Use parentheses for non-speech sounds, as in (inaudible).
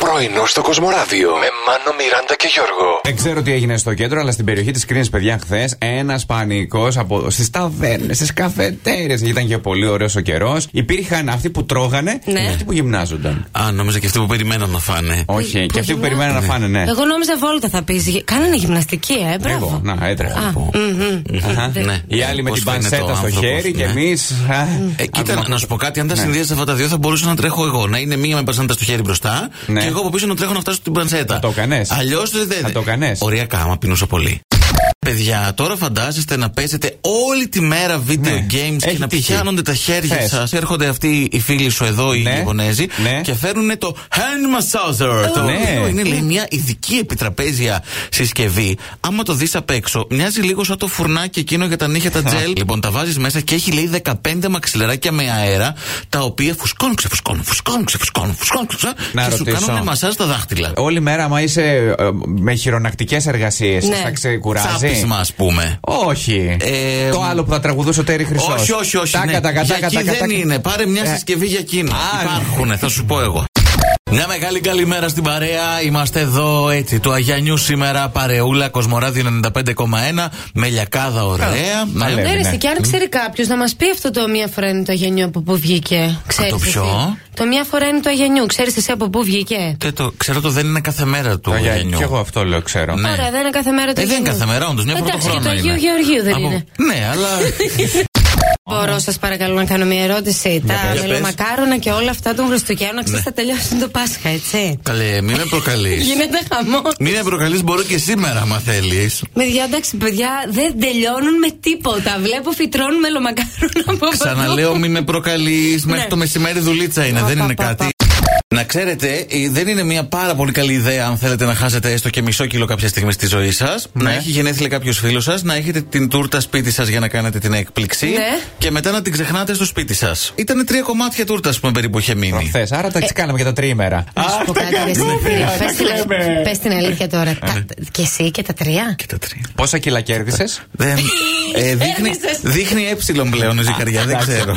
Πρωινό στο Κοσμοράδιο με Μάνο, Μιράντα και Γιώργο. Δεν ξέρω τι έγινε στο κέντρο, αλλά στην περιοχή της Κρίνης, παιδιά, χθες ένας πανικός από στις ταβέρνες, στις καφετέρειε. Ήταν και πολύ ωραίος ο καιρός. Υπήρχαν αυτοί που τρώγανε Ναι. και αυτοί που γυμνάζονταν. Α, νόμιζα και αυτοί που περιμέναν να φάνε. Όχι, και αυτοί που περιμέναν να φάνε, ναι. Εγώ νόμιζα βόλτα θα πεις. Γε- Κάνανε γυμναστική, ε, μπράβο. Εγώ, να, έτρεχα. Α, μμμ, μμμ. Αχα. Ναι. Οι άλλοι με Πώς την φαίνεται ο πανσέτα στο άνθρωπος, χέρι και Ναι. ναι. εμεί. Ε, κοίτα, να σου πω κάτι. Αν τα συνδυάζει αυτά τα δύο, θα μπορούσα να τρέχω εγώ. Να είναι μία με πανσέτα στο χέρι μπροστά Ναι. και εγώ από πίσω να τρέχω να φτάσω στην πανσέτα. Θα το έκανες. Αλλιώς δεν. Θα το έκανες. Οριακά, άμα πεινούσα πολύ. Παιδιά, τώρα φαντάζεστε να παίζετε όλη τη μέρα video Ναι. games Έχει και να τύχει. πιάνονται τα χέρια Θες. σας. Έρχονται αυτοί οι φίλοι σου εδώ, οι Ναι. Ιαπωνέζοι, Ναι. και φέρνουν το hand massager. Το Ναι. οποίο είναι λέει μια ειδική επιτραπέζια συσκευή. Άμα το δεις απ' έξω, μοιάζει λίγο σαν το φουρνάκι εκείνο για τα νύχια τα τζελ. λοιπόν, τα βάζεις μέσα και έχει λέει 15 μαξιλεράκια με αέρα, τα οποία φουσκώνουν, ξεφουσκώνουν, φουσκώνουν, ξεφουσκώνουν, φουσκώνουν, ξεφουσκώνουν Να και ρωτήσω. σου κάνουν μασάζ τα δάχτυλα. Όλη μέρα, άμα είσαι ε, με χειρονακτικέ εργασίε, Ναι. θα ξεκουράζει. Τσάπισμα, ας πούμε. Όχι. Ε, το άλλο που θα τραγουδούσε ο Τέρι Χρυσός. Όχι, όχι, όχι. Τάκα, ναι. τάκα, για τάκα, εκεί τάκα, δεν τάκα. είναι. Πάρε μια Ε, συσκευή για εκείνο. ναι. Υπάρχουνε, θα σου πω εγώ. Μια μεγάλη καλημέρα στην παρέα. Είμαστε εδώ έτσι. Το Αγιανιού σήμερα παρεούλα Κοσμοράδιο 95,1 με λιακάδα ωραία. τα Ναι. λέμε. Ναι, ρε, ναι. εσύ, και αν ξέρει κάποιος να μας πει αυτό το μία φορά είναι το αγενιού από πού βγήκε. Ξέρεις το ποιο? εσύ. Το μία φορά είναι το αγενιού. Ξέρεις εσύ από πού βγήκε. Δεν το, ξέρω το δεν είναι κάθε μέρα του Το Γιάννη. Αγιανιού. Κι εγώ αυτό λέω, ξέρω. Ναι. Ωραία, δεν είναι κάθε μέρα το Ε, δεν είναι Αγενιού. κάθε μέρα, όντως. Μια φορά το Εντάξει, χρόνο. και το Αγίου είναι. Γεωργίου δεν Από- είναι. Ναι, (laughs) αλλά. Μπορώ, σας παρακαλώ, να κάνω μια ερώτηση. Τα πες. Ναι. μελομακάρονα και όλα αυτά των Χριστουγέννων, ξέρει, θα τελειώσουν το Πάσχα, έτσι. Καλέ, μην με προκαλείς. Γίνεται χαμός. μην με προκαλείς, μπορώ και σήμερα, άμα θέλεις. Παιδιά, εντάξει, παιδιά, δεν τελειώνουν με τίποτα. Βλέπω φυτρώνουν μελομακάρονα από παντού. Ξαναλέω, μην με προκαλείς. Μέχρι Ναι. το μεσημέρι δουλίτσα είναι, Πα, δεν πα, είναι πα, κάτι. Να ξέρετε, ε, δεν είναι μια πάρα πολύ καλή ιδέα αν θέλετε να χάσετε έστω και μισό κιλο κάποια στιγμή στη ζωή σας. Να Ναι. έχει γενέθλια κάποιος φίλος σας, να έχετε την τούρτα σπίτι σας για να κάνετε την έκπληξη. Ναι. Και μετά να την ξεχνάτε στο σπίτι σας. Ήταν τρία κομμάτια τούρτας, α πούμε, περίπου είχε μείνει. Προχθές. Άρα τα έτσι κάναμε για τα τριήμερα. Να σου πω κάτι, ρε, εσύ, πες την αλή- Πες την αλήθεια τώρα. Τα- Και εσύ και τα τρία. Και τα τρία. Πόσα κιλά κέρδισες. (laughs) Δεν. Ε, δείχνει, Έρμησες. δείχνει ε πλέον η ζυγαριά, δεν ξέρω.